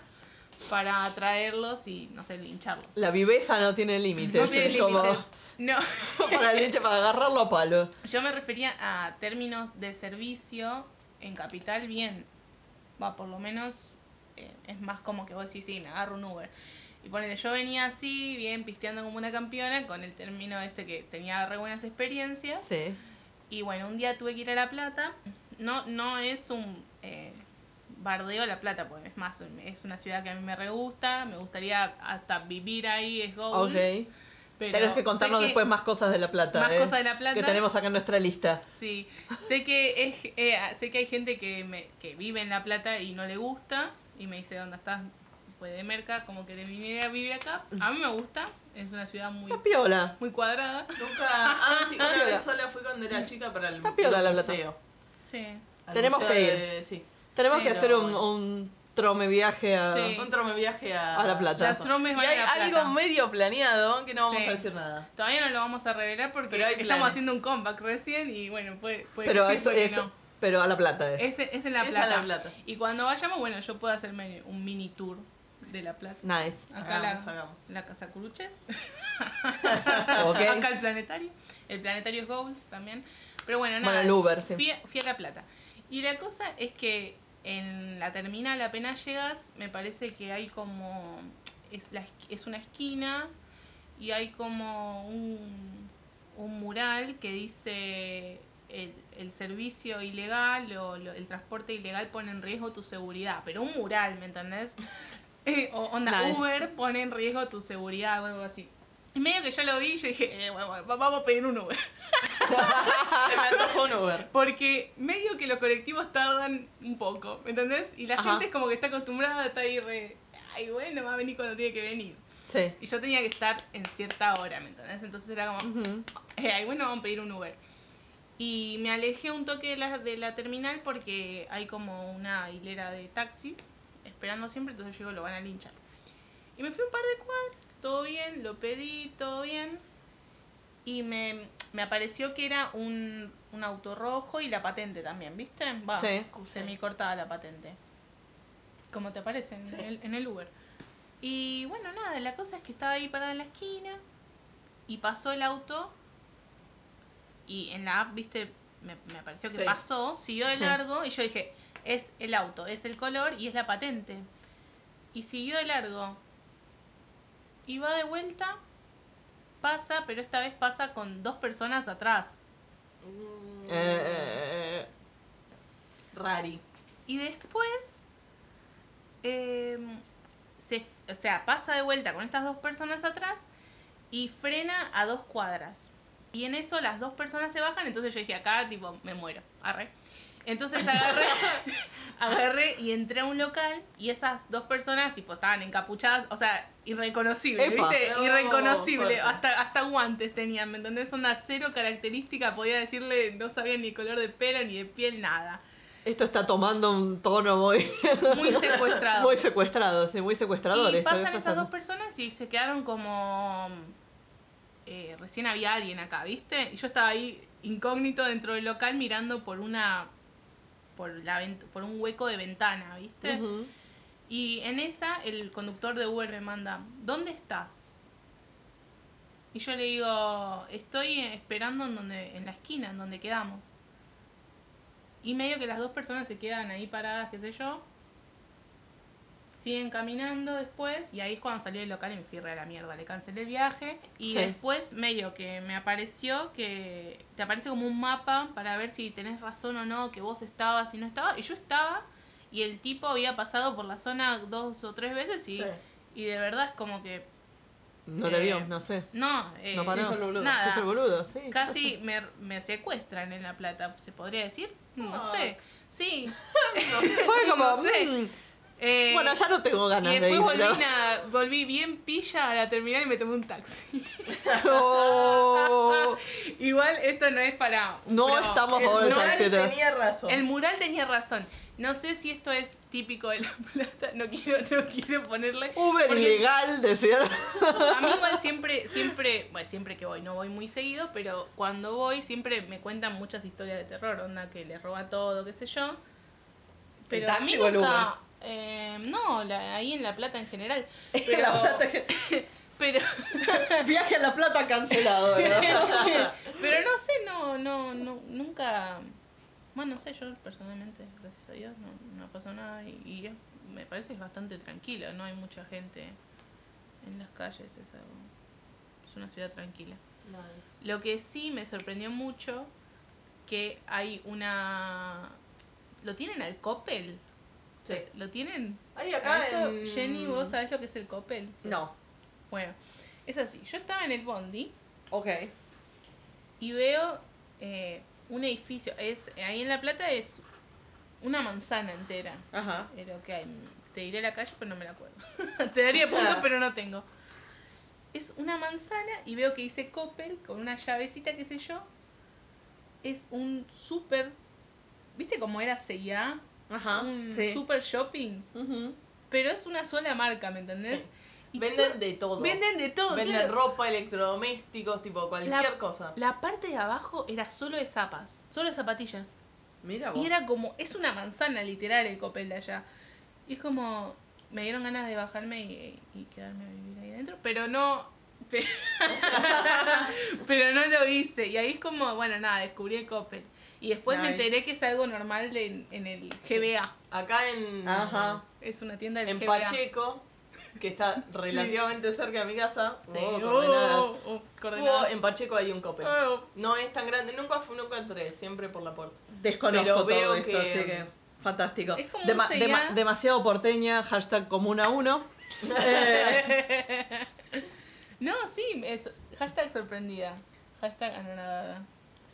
para atraerlos y, no sé, lincharlos. La viveza no tiene límites. No tiene es como límites. No. para el hincha, para agarrarlo a palo. Yo me refería a términos de servicio en capital, bien. Va, por lo menos eh, es más como que vos decís, sí, me agarro un Uber. Y ponele, yo venía así, bien pisteando como una campeona, con el término este que tenía re buenas experiencias. Sí. Y bueno, un día tuve que ir a La Plata. No, no es un eh, bardeo a La Plata, pues es más, es una ciudad que a mí me re gusta. Me gustaría hasta vivir ahí, es goals. Ok. Pero Tenés que sé contarnos que- después más cosas de La Plata. más eh, cosas de La Plata. Que tenemos acá en nuestra lista. Sí, sé que es, eh, sé que hay gente que, me, que vive en La Plata y no le gusta y me dice, ¿dónde estás? Pues de merca, como que te viniera a vivir acá. A mí me gusta, es una ciudad muy, Está piola. muy cuadrada. Nunca. Ah, sí, una piola. vez sola fui cuando era chica para el Está piola la plata. museo. Sí, Al Tenemos museo que ir. de- sí. Tenemos Sí, que no, hacer un, bueno. un trome viaje a. Sí. Un trome viaje a, A La Plata. las trombes Y van hay a La Plata. algo medio planeado que no vamos Sí. a decir nada. Todavía no lo vamos a revelar porque Pero hay estamos planes. haciendo un comeback recién y bueno, puede, puede Pero que pues, sí, eso, puede que eso- no. pero a La Plata es. Es, es en La Es a Plata. La Plata. Y cuando vayamos, bueno, yo puedo hacerme un mini tour de La Plata. Nice. Acá la, Hagamos, hagamos. la Casa Curuchet. Ok. Acá el planetario. El planetario es Goals también. Pero bueno, Bueno, nada. el Uber, sí. fui, a, fui a La Plata. Y la cosa es que en la terminal apenas llegas, me parece que hay como... Es, la esqui- es una esquina y hay como un, un mural que dice el, el servicio ilegal o lo- el transporte ilegal pone en riesgo tu seguridad. Pero un mural, ¿me entendés? eh, o onda Nada, es- Uber pone en riesgo tu seguridad o algo así. Y medio que yo lo vi, yo dije, eh, bueno, bueno, vamos a pedir un Uber. Se me antojó un Uber. Porque medio que los colectivos tardan un poco, ¿me ¿entendés? Y la Ajá. gente es como que está acostumbrada, está ahí re, ay, bueno, va a venir cuando tiene que venir. Sí. Y yo tenía que estar en cierta hora, ¿me entendés? Entonces era como, Ujú. eh, ay, bueno, vamos a pedir un Uber. Y me alejé un toque de la, de la terminal porque hay como una hilera de taxis esperando siempre, entonces yo digo, lo van a linchar. Y me fui un par de cuadras, todo bien, lo pedí, todo bien. Y me, me apareció que era un, un auto rojo y la patente también, ¿viste? Va, Sí. semicortada la patente. Como te aparece en, el, en el Uber. Y bueno, nada, la cosa es que estaba ahí parada en la esquina y pasó el auto y en la app, viste, me, me pareció que Sí. pasó, siguió de Sí. largo y yo dije, es el auto, es el color y es la patente. Y siguió de largo. Y va de vuelta, pasa, pero esta vez pasa con dos personas atrás. Eh, eh, eh, Rari. Y después, eh, se, o sea, pasa de vuelta con estas dos personas atrás y frena a dos cuadras. Y en eso las dos personas se bajan, entonces yo dije, acá, tipo, me muero, arre. Entonces agarré, agarré y entré a un local y esas dos personas, tipo, estaban encapuchadas, o sea, irreconocible, Epa. ¿viste? Oh, irreconocible, fuerte. hasta, hasta guantes tenían, ¿me entendés? Onda cero característica, podía decirle, no sabía ni color de pelo, ni de piel, nada. eh. Esto está tomando un tono muy, Muy secuestrado. muy secuestrado, sí, muy secuestrador. Y esto que pasan está esas dos pasando. personas y se quedaron como... eh, recién había alguien acá, ¿viste? Y yo estaba ahí incógnito dentro del local mirando por una... Por, la vent- por un hueco de ventana, ¿viste? Ujú. Y en esa el conductor de Uber me manda, ¿dónde estás? Y yo le digo, estoy esperando en, donde, en la esquina, en donde quedamos. Y medio que las dos personas se quedan ahí paradas, qué sé yo. Siguen caminando después y ahí es cuando salí del local y me fui re a la mierda. Le cancelé el viaje y Sí. después medio que me apareció que te aparece como un mapa para ver si tenés razón o no, que vos estabas y no estabas. Y yo estaba y el tipo había pasado por la zona dos o tres veces y, Sí. y de verdad es como que No te Eh, vio, no sé. no, eh, No paró. es el boludo, nada. Es el boludo, sí. ¿qué Casi me, me secuestran en La Plata, ¿se podría decir? No Ah. sé. Sí. pasa? Fue como. no sé. mm, eh, bueno, ya no tengo y ganas de después ir. volví, pero- na- volví bien pilla a la terminal y me tomé un taxi. Oh, Igual esto no es para... No pero estamos El favor del Rari taxi, ¿no? tenía razón. El mural tenía razón. No sé si esto es típico de La Plata. No quiero, no quiero ponerle... Uber porque- ilegal, decía. A mí igual siempre, siempre, bueno, siempre que voy, no voy muy seguido, pero cuando voy siempre me cuentan muchas historias de terror, onda que les roba todo, qué sé yo. Pero ¿El a taxi mí o el nunca, eh, no, la- ahí en La Plata en general. Pero, La plata que- pero, Viaje a La Plata cancelado, ¿verdad? pero no sé, no, no, no, nunca, bueno, no sé, yo personalmente, gracias a Dios, no, no pasó nada y, y es- me parece que es bastante tranquilo, no hay mucha gente en las calles, es algo, es una ciudad tranquila. Lo que sí me sorprendió mucho que hay una. ¿Lo tienen al Coppel? Sí. ¿Lo tienen? Ahí ¿A acá eso, en- Jenny, ¿vos sabés lo que es el Coppel? No. Bueno, es así. Yo estaba en el Bondi Ok. y veo eh, un edificio. es Ahí en La Plata es una manzana entera. Ajá. de lo que hay. Te diré la calle, pero no me la acuerdo. Te daría Ah. puntos, pero no tengo. Es una manzana y veo que dice Coppel con una llavecita, qué sé yo. Es un súper. ¿Viste cómo era CIA? Ah, Ajá. un sí. super shopping. Ujú. Pero es una sola marca, ¿me entendés? Sí. Y Venden de todo. todo- venden de todo. Venden claro. ropa, electrodomésticos, tipo cualquier cosa. La parte de abajo era solo de zapas, solo de zapatillas. Mira vos. Y era como, es una manzana literal el Copel de allá. Y es como, me dieron ganas de bajarme y, y quedarme a vivir ahí adentro, pero no... pe- Pero no lo hice. Y ahí es como, bueno, nada, descubrí el Copel. Y después me Nice. enteré que es algo normal de- en, en el GBA. Acá en, Ajá. Es una tienda del en GBA. Pacheco, que está relativamente cerca de mi casa. Sí. Oh, Oh, coordenadas. oh, oh, coordenadas. Oh, en Pacheco hay un Coppel. Oh. No es tan grande, nunca fui, nunca entré, siempre por la puerta. Desconozco Pero todo veo esto, que- así que. Fantástico. Es como Dema- un CEA. dema- demasiado porteña, hashtag comuna 1. No, sí, es hashtag sorprendida. Hashtag anonadada.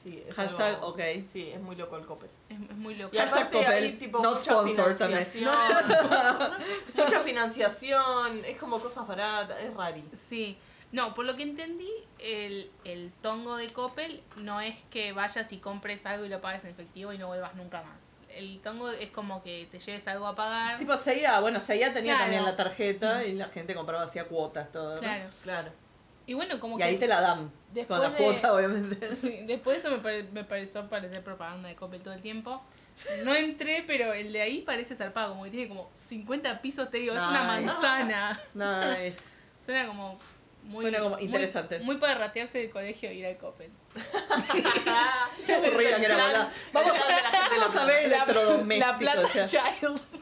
Sí, es Hashtag, algo- ok. Sí, es muy loco el copper. Es, es muy loco. Y Hashtag aparte Coppel, hay tipo not mucha sponsored también. financiación. mucha financiación, es como cosas baratas, es rari. Sí. No, por lo que entendí, el, el tongo de Coppel no es que vayas y compres algo y lo pagues en efectivo y no vuelvas nunca más. El tongo es como que te lleves algo a pagar. Tipo Seiya, bueno, Seiya tenía Ah. Claro. también la tarjeta y la gente compraba hacía cuotas, todo. ¿no? claro. Claro. Y bueno, como Y que ahí te la dan. Después Con la de- cuota, obviamente. Sí, después eso me, pare- me pareció parecer propaganda de Coppel todo el tiempo. No entré, pero el de ahí parece zarpado, como que tiene como 50 pisos, te digo, es una Nice. manzana. Nice. Suena como muy Suena como muy- interesante. Muy, para ratearse del colegio e ir al Coppel. Qué aburrida que era, boluda. Vamos, vamos a ver electrodomésticos. La plata o sea. Childs.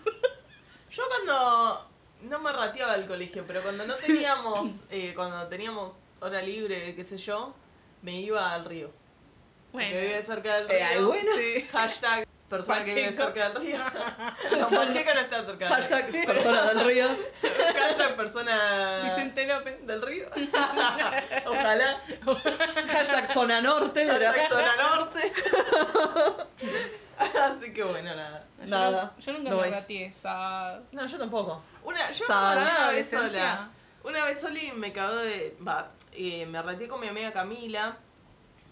Yo cuando no me rateaba el colegio, pero cuando no teníamos, eh, cuando teníamos hora libre, qué sé yo, me iba al río. Porque Bueno, vivía cerca del río. Eh, ay, bueno. sí. Hashtag persona que vive Pacheco. cerca del río. No, Persona. Pacheco no está cerca del río. Hashtag persona del río. Hashtag Ah. persona Vicente López. del río. Ojalá. Hashtag zona norte. ¿verdad? Hashtag zona norte. Así que bueno, nada. No, yo Nada, nu- Yo, nunca no me es. rateé. Sa... No, yo tampoco. Una, yo Sad. me rateé Ah, una vez adolescencia. sola. Una vez sola y me cagó de. Va, eh, me rateé con mi amiga Camila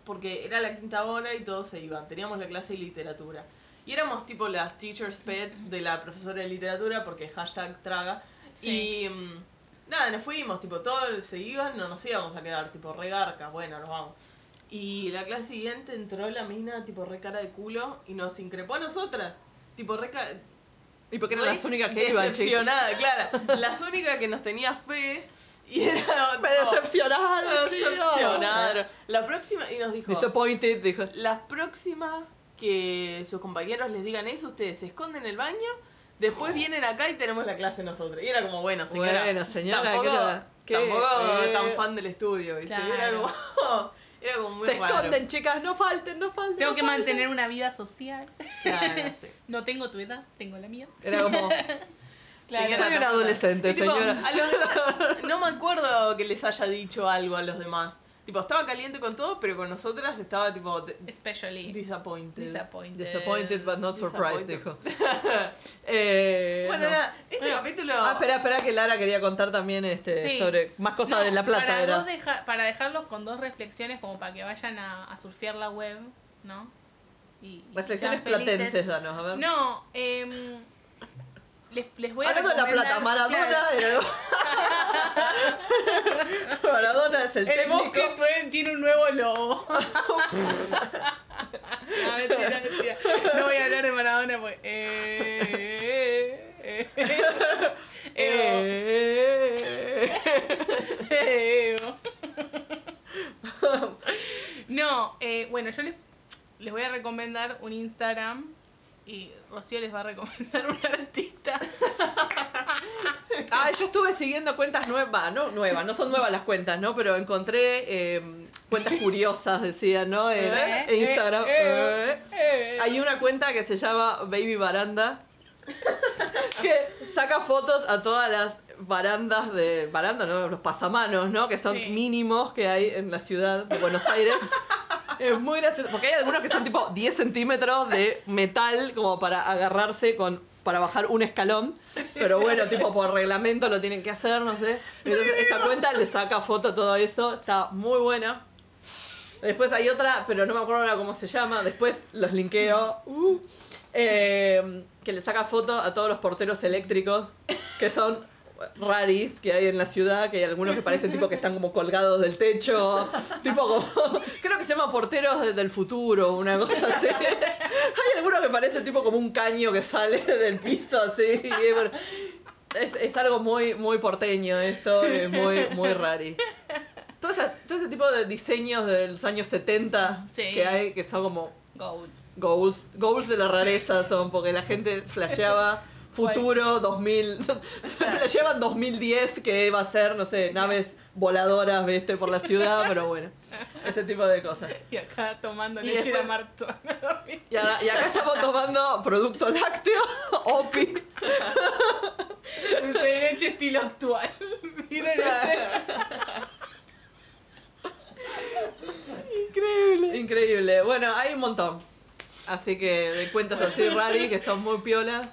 porque era la quinta hora y todos se iban. Teníamos la clase de literatura. Y éramos tipo las teacher's pet de la profesora de literatura porque hashtag traga. Sí. Y mm, nada, nos fuimos, tipo, todos se iban, no nos íbamos a quedar, tipo, regarca, bueno, nos vamos. Y la clase siguiente entró la mina, tipo, re cara de culo y nos increpó a nosotras. Tipo, re ca- Y porque eran Re las únicas que iban, chicos. Decepcionada, claro. Las únicas que nos tenía fe y era. Me tipo, decepcionaron, chicos. decepcionaron. La próxima, y nos dijo: Disappointed, dijo. Las próximas que sus compañeros les digan eso, ustedes se esconden en el baño, después vienen acá y tenemos la clase nosotros. Y era como, bueno, señora. Oh. Bueno, señora, ¿qué tampoco, tal? ¿Qué? tampoco Eh. tan fan del estudio, ¿viste? Y Era Claro. como. Era como muy Se raro. esconden, chicas, no falten, no falten. Tengo no que falten. mantener una vida social. Claro, sí. No tengo tu edad, tengo la mía. Era como, Claro. soy una adolescente, Y, tipo, señora. a los- no me acuerdo que les haya dicho algo a los demás. Tipo, estaba caliente con todo, pero con nosotras estaba tipo de- Especially disappointed. disappointed. Disappointed but not surprised, dijo. Disappointed. Eh, bueno, no. nada, este Bueno, capítulo. Ah, espera, espera, que Lara quería contar también este, Sí. sobre más cosas No, de La Plata. Para, era. dos deja- para dejarlos con dos reflexiones, como para que vayan a, a surfear la web, ¿no? Y, y Reflexiones sean felices. platenses, danos, a ver. No, em, les, les voy a Hablando de La recomendar- Plata, Maradona claro, era- Maradona es el, el técnico. bosque tuen- tiene un nuevo lobo. no, mentira, mentira. No voy a hablar de Maradona porque. eh, eh, eh, eh, eh, eh. No, eh, bueno, yo les, les voy a recomendar un Instagram y Rocío les va a recomendar un artista. Ah, yo estuve siguiendo cuentas nuevas, no nuevas, no son nuevas las cuentas, ¿no? Pero encontré eh, cuentas curiosas, decían, ¿no? En Eh, en Instagram. eh, eh, eh. Hay una cuenta que se llama Baby Baranda que saca fotos a todas las barandas de baranda, ¿no? Los pasamanos, ¿no? Que son Sí. mínimos que hay en la ciudad de Buenos Aires. Es muy gracioso, porque hay algunos que son tipo 10 centímetros de metal como para agarrarse con para bajar un escalón, pero bueno, tipo por reglamento lo tienen que hacer, no sé. Entonces esta cuenta le saca foto a todo eso, está muy buena. Después hay otra, pero no me acuerdo ahora cómo se llama. Después los linkeo. Uh. Eh, que le saca foto a todos los porteros eléctricos que son raris que hay en la ciudad. Que hay algunos que parecen tipo que están como colgados del techo. Tipo como. Creo que se llama porteros de- del futuro, una cosa así. Hay algunos que parecen tipo como un caño que sale del piso así. y es bueno. Es, es algo muy, muy porteño esto, es muy, muy rari. Todo, esa- todo ese tipo de diseños de los años 70 Sí. que hay, que son como Goals. goals, goals de la rareza son, porque la gente flasheaba futuro 2000, flasheaban 2010 que iba a ser, no sé, naves voladoras, viste, por la ciudad, pero bueno, ese tipo de cosas. Y acá tomando Y leche de después- Marta. Y, ahora- y acá estamos tomando producto lácteo, OPI. Dulce de leche estilo actual. Miren ese. Increíble. Increíble. Bueno, hay un montón. Así que de cuentas así, Rari, que están muy piolas.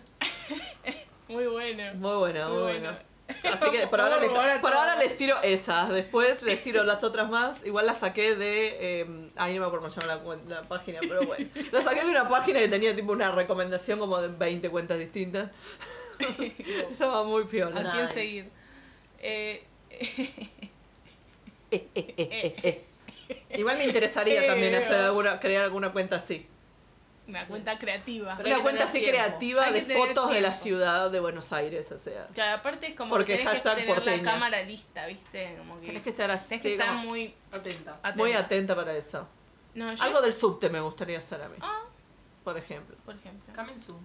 Muy bueno. Muy bueno, muy, Muy bueno. bueno. Así que por ahora, Vamos les, a probar a por todas. ahora les tiro esas, después les tiro las otras más. Igual las saqué de. eh, ay, no me acuerdo cómo se llama la, cuen- la página, pero bueno. Las saqué de una página que tenía tipo una recomendación como de 20 cuentas distintas. Estaba muy piola. ¿A quién Nice. seguir? Eh, Eh, Igual me interesaría Eh, también hacer alguna, crear alguna cuenta así. una cuenta creativa. Pero hay una que cuenta tener así tiempo. creativa Hay de que tener fotos de la tiempo. ciudad de Buenos Aires, o sea. Que aparte es como Porque que tenés que hashtag tener la porteña. cámara lista, ¿viste? Como que Tenés que estar así. tenés que estar como muy Atenta. atenta. muy atenta para eso. No, yo, Algo del subte me gustaría hacer a mí, Ah, por ejemplo. por ejemplo. Coming soon.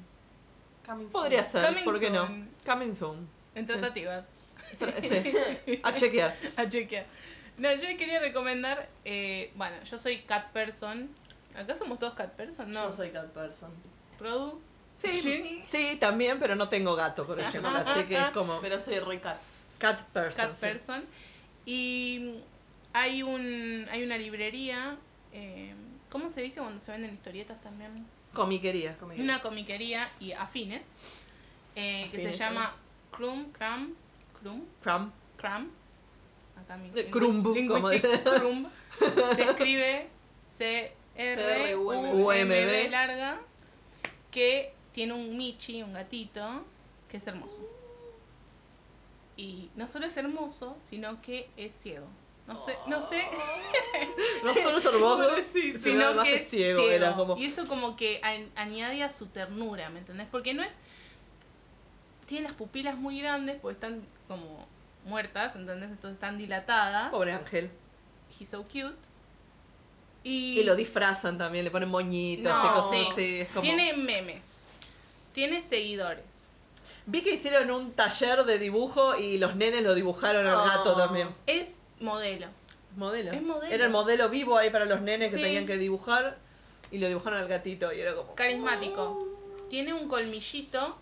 Coming soon. Podría ser, Coming ¿por qué no? soon. Coming soon. En tratativas. Tra- sí. A chequear. A chequear. No, yo quería recomendar. eh, bueno, yo soy cat person. ¿Acá somos todos cat person? No. No soy cat person. Produ. Sí, Sí. sí, también, pero no tengo gato, por ejemplo. Así que es como Pero soy re cat. cat person. cat sí. person. Y hay, un, hay una librería. eh, ¿Cómo se dice cuando se venden historietas también? Comiquería. Una comiquería y afines. eh, que se Afines, llama Crum, Cram, Crum. Crumb. Crumb. Acá mi Eh, lingüi- crumb, como linguistic de- crumb. Se escribe C R U M B CRUMB. larga que tiene un Michi, un gatito, que es hermoso. Y no solo es hermoso, sino que es ciego. No sé, no sé, Oh. No solo es hermoso, sino sino además que es ciego. Era como, Y eso como que a- añade a su ternura, ¿me entendés? Porque no es... Tiene las pupilas muy grandes, pues están como muertas, ¿entendés? Entonces están dilatadas. pobre ángel. He's so cute. Y, Y lo disfrazan también, le ponen moñitos. No, así como, sí. sí, es como- tiene memes. Tiene seguidores. Vi que hicieron un taller de dibujo y los nenes lo dibujaron al Oh. gato también. Es modelo. Modelo. Es modelo. Era el modelo vivo ahí para los nenes Sí. que tenían que dibujar y lo dibujaron al gatito y era como Carismático. Tiene un colmillito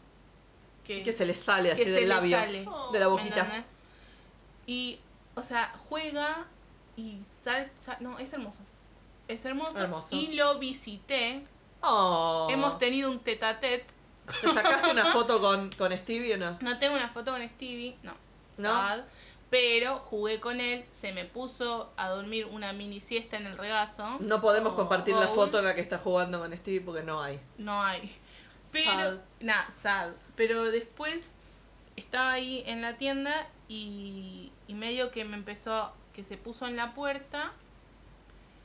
que, que se le sale así que se del le labio, sale. Oh, de la ¿me boquita. entendés? Y, o sea, juega y sal, sal- No, es hermoso. Es hermoso. Hermoso. Y lo visité. Oh. Hemos tenido un tete a tete. ¿Te sacaste una foto con, con Stevie o no? No tengo una foto con Stevie, no. ¿No? Sad. Pero jugué con él, se me puso a dormir una mini siesta en el regazo. No podemos Oh. compartir la Oh. foto en la que está jugando con Stevie porque no hay. No hay. Sad. Pero, nada, sad. Pero después estaba ahí en la tienda y, y medio que me empezó, que se puso en la puerta.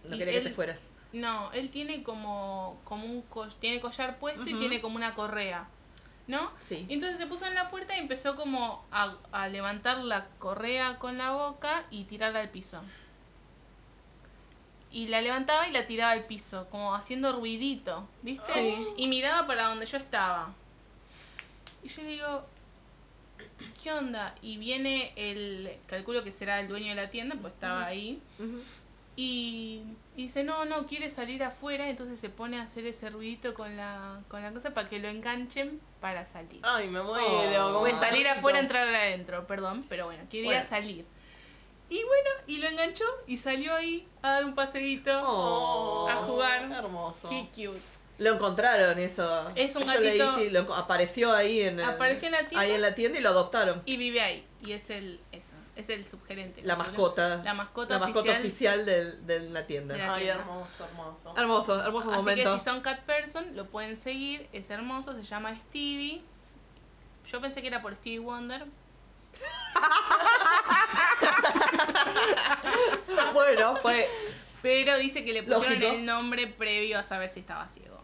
No Y quería que él- te fueras. No, él tiene como, como un co- tiene collar puesto y Ujú. tiene como una correa, ¿no? Sí. Y entonces se puso en la puerta y empezó como a, a levantar la correa con la boca y tirarla al piso. Y la levantaba y la tiraba al piso, como haciendo ruidito, ¿viste? Sí. Y miraba para donde yo estaba. Y yo le digo, ¿qué onda? Y viene el, calculo que será el dueño de la tienda, pues estaba ahí. Ujú. Y, y dice, no, no, quiere salir afuera, entonces se pone a hacer ese ruidito con la, con la cosa para que lo enganchen para salir. Ay, me muero. Oh. ¿cómo Pues salir afuera, tanto? entrar adentro, perdón, pero bueno, quería Bueno. salir. Y bueno, y lo enganchó y salió ahí a dar un paseíto. Oh. A jugar. Hermoso. Qué cute. Lo encontraron eso. Es un Yo leí, gatito- sí, lo enco- apareció ahí en el- Apareció en la tienda. ahí en la tienda y lo adoptaron. Y vive ahí. Y es el, eso, es el subgerente. La mascota. La mascota La mascota oficial. oficial del- de la tienda. De la Ay, tienda. hermoso, hermoso. Hermoso, hermoso Así momento. que si son cat person, lo pueden seguir. Es hermoso, se llama Stevie. Yo pensé que era por Stevie Wonder. Bueno, fue. Pero dice que le pusieron Lógico. el nombre previo a saber si estaba ciego.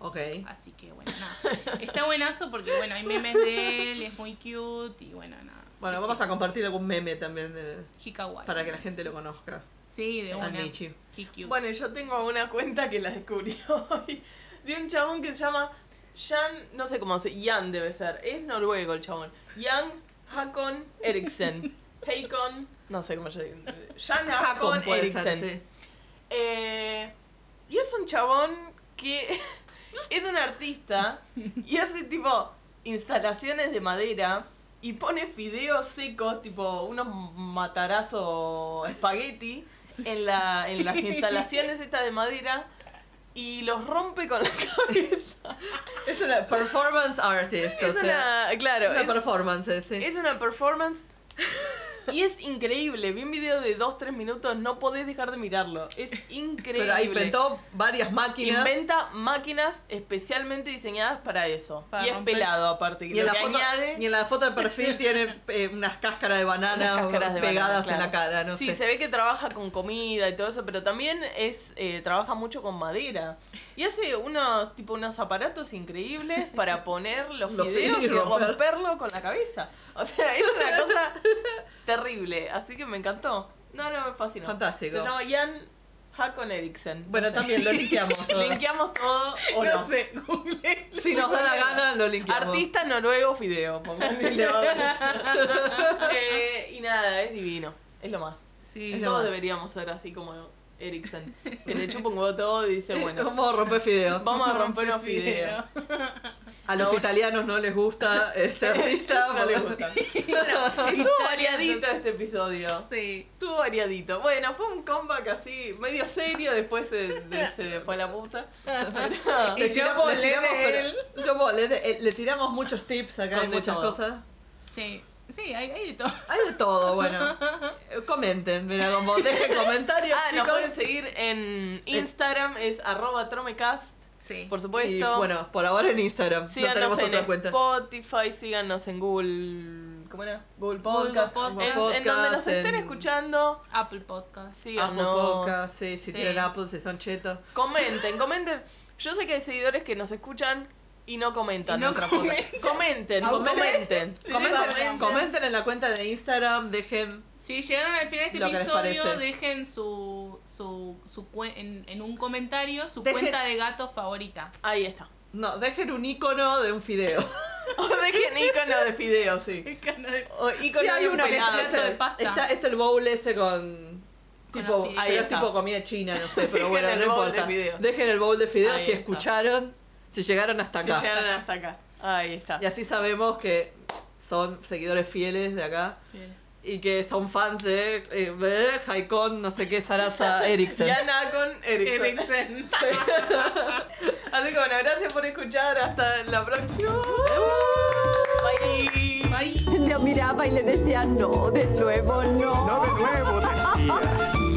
Ok. Así que bueno, nada. Está buenazo porque bueno, hay memes de él, es muy cute y bueno, nada. Bueno, Es vamos a ciego. compartir algún meme también de- Hikawai. para que la gente lo conozca. Sí, de una. Al Michi. Qué cute. Bueno, yo tengo una cuenta que la descubrí hoy de un chabón que se llama Jan, no sé cómo se Jan debe ser, es noruego el chabón. Jan Hakon Eriksen. Hakon No sé cómo se Jan Hakon Hakon puede ser, Eriksen. sí. Eh, y es un chabón que es un artista y hace tipo instalaciones de madera y pone fideos secos, tipo unos matarazos espagueti en, la, en las instalaciones estas de madera y los rompe con la cabeza. Es una performance artist, o Es sea. una, claro, Una es- performance, sí. es una performance y es increíble. Vi un video de 2-3 minutos, no podés dejar de mirarlo. Es increíble. Pero ahí inventó varias máquinas. Inventa máquinas especialmente diseñadas para eso. Para y es romper- pelado aparte, que Y en, lo la que foto, añade y en la foto de perfil tiene eh, unas cáscaras de banana unas cáscaras de pegadas banana, en la claro. cara, no sí, sé. se ve que trabaja con comida y todo eso, pero también es eh, trabaja mucho con madera. Y hace unos tipo unos aparatos increíbles para poner los, Los fideos y fideos y romper. romperlo con la cabeza. O sea, es una cosa terrible, así que me encantó. No, no, me fascinó. Fantástico. Se llama Jan Hakon Eriksen. Bueno, también lo linkeamos. todo. linkeamos todo o no. No sé, Google. si nos da la gana, lo linkeamos. Artista noruego fideo, pónganle, le va a gustar. Eh, y nada, es divino, es lo más. Sí, Y lo todos más. deberíamos ser así como Erickson. Que le chupa un huevo todo y dice, bueno, Vamos a romper fideos. vamos a romper unos fideos. A los italianos no les gusta este artista. No les gusta. Estuvo variadito entonces. este episodio. Sí. Estuvo variadito. Bueno, fue un comeback así, medio serio, después se, de- se fue a la puta. Pero- Y yo volé de él. pero- yo volé de él. Le tiramos muchos tips acá, Con hay muchas todo. cosas. Sí, sí, hay, hay de todo. Hay de todo, bueno. Eh, Comenten, mira, como dejen comentarios, Ah, nos chicos. pueden seguir en Instagram, es arroba tromecast, Sí. por Y supuesto. bueno, por ahora en Instagram. No Síganos tenemos en otra cuenta. Spotify, síganos en Google. ¿Cómo era? Google Google Podcast. Podcast. En- en, donde nos Podcast, estén en- escuchando, Apple Podcast. síganos. Apple Podcast, sí, si Sí. tienen Apple, si son chetos. Comenten, comenten. Yo sé que hay seguidores que nos escuchan y no comentan. Y no nuestra podcast. comenten, comenten, Ah, comenten. Comenten, comenten en la cuenta de Instagram, dejen Si llegaron al final de Lo este que les episodio, parece. dejen su, su, su cuen- en, en un comentario su Dejen- cuenta de gato favorita. Ahí está. No, dejen un icono de un fideo. O dejen ícono de fideo, sí. O ícono Sí, de un que pelado. plato de pasta. está, es el bowl ese con tipo, los fideos. pero Ahí es está. tipo comida china, no sé, Dejen pero bueno, el no bowl importa. de fideos. Dejen el bowl de fideos Ahí si está. escucharon, si llegaron hasta Que acá. llegaron hasta acá. Ahí está. Y así sabemos que son seguidores fieles de acá y que son fans de eh, de Haikon, no sé qué, Sarasa Eriksen. Yana con Erickson. Eriksen. Así que bueno, gracias por escuchar. Hasta la próxima. Bye. Bye. Lo miraba y le decía, no, de nuevo no. No de nuevo, decía.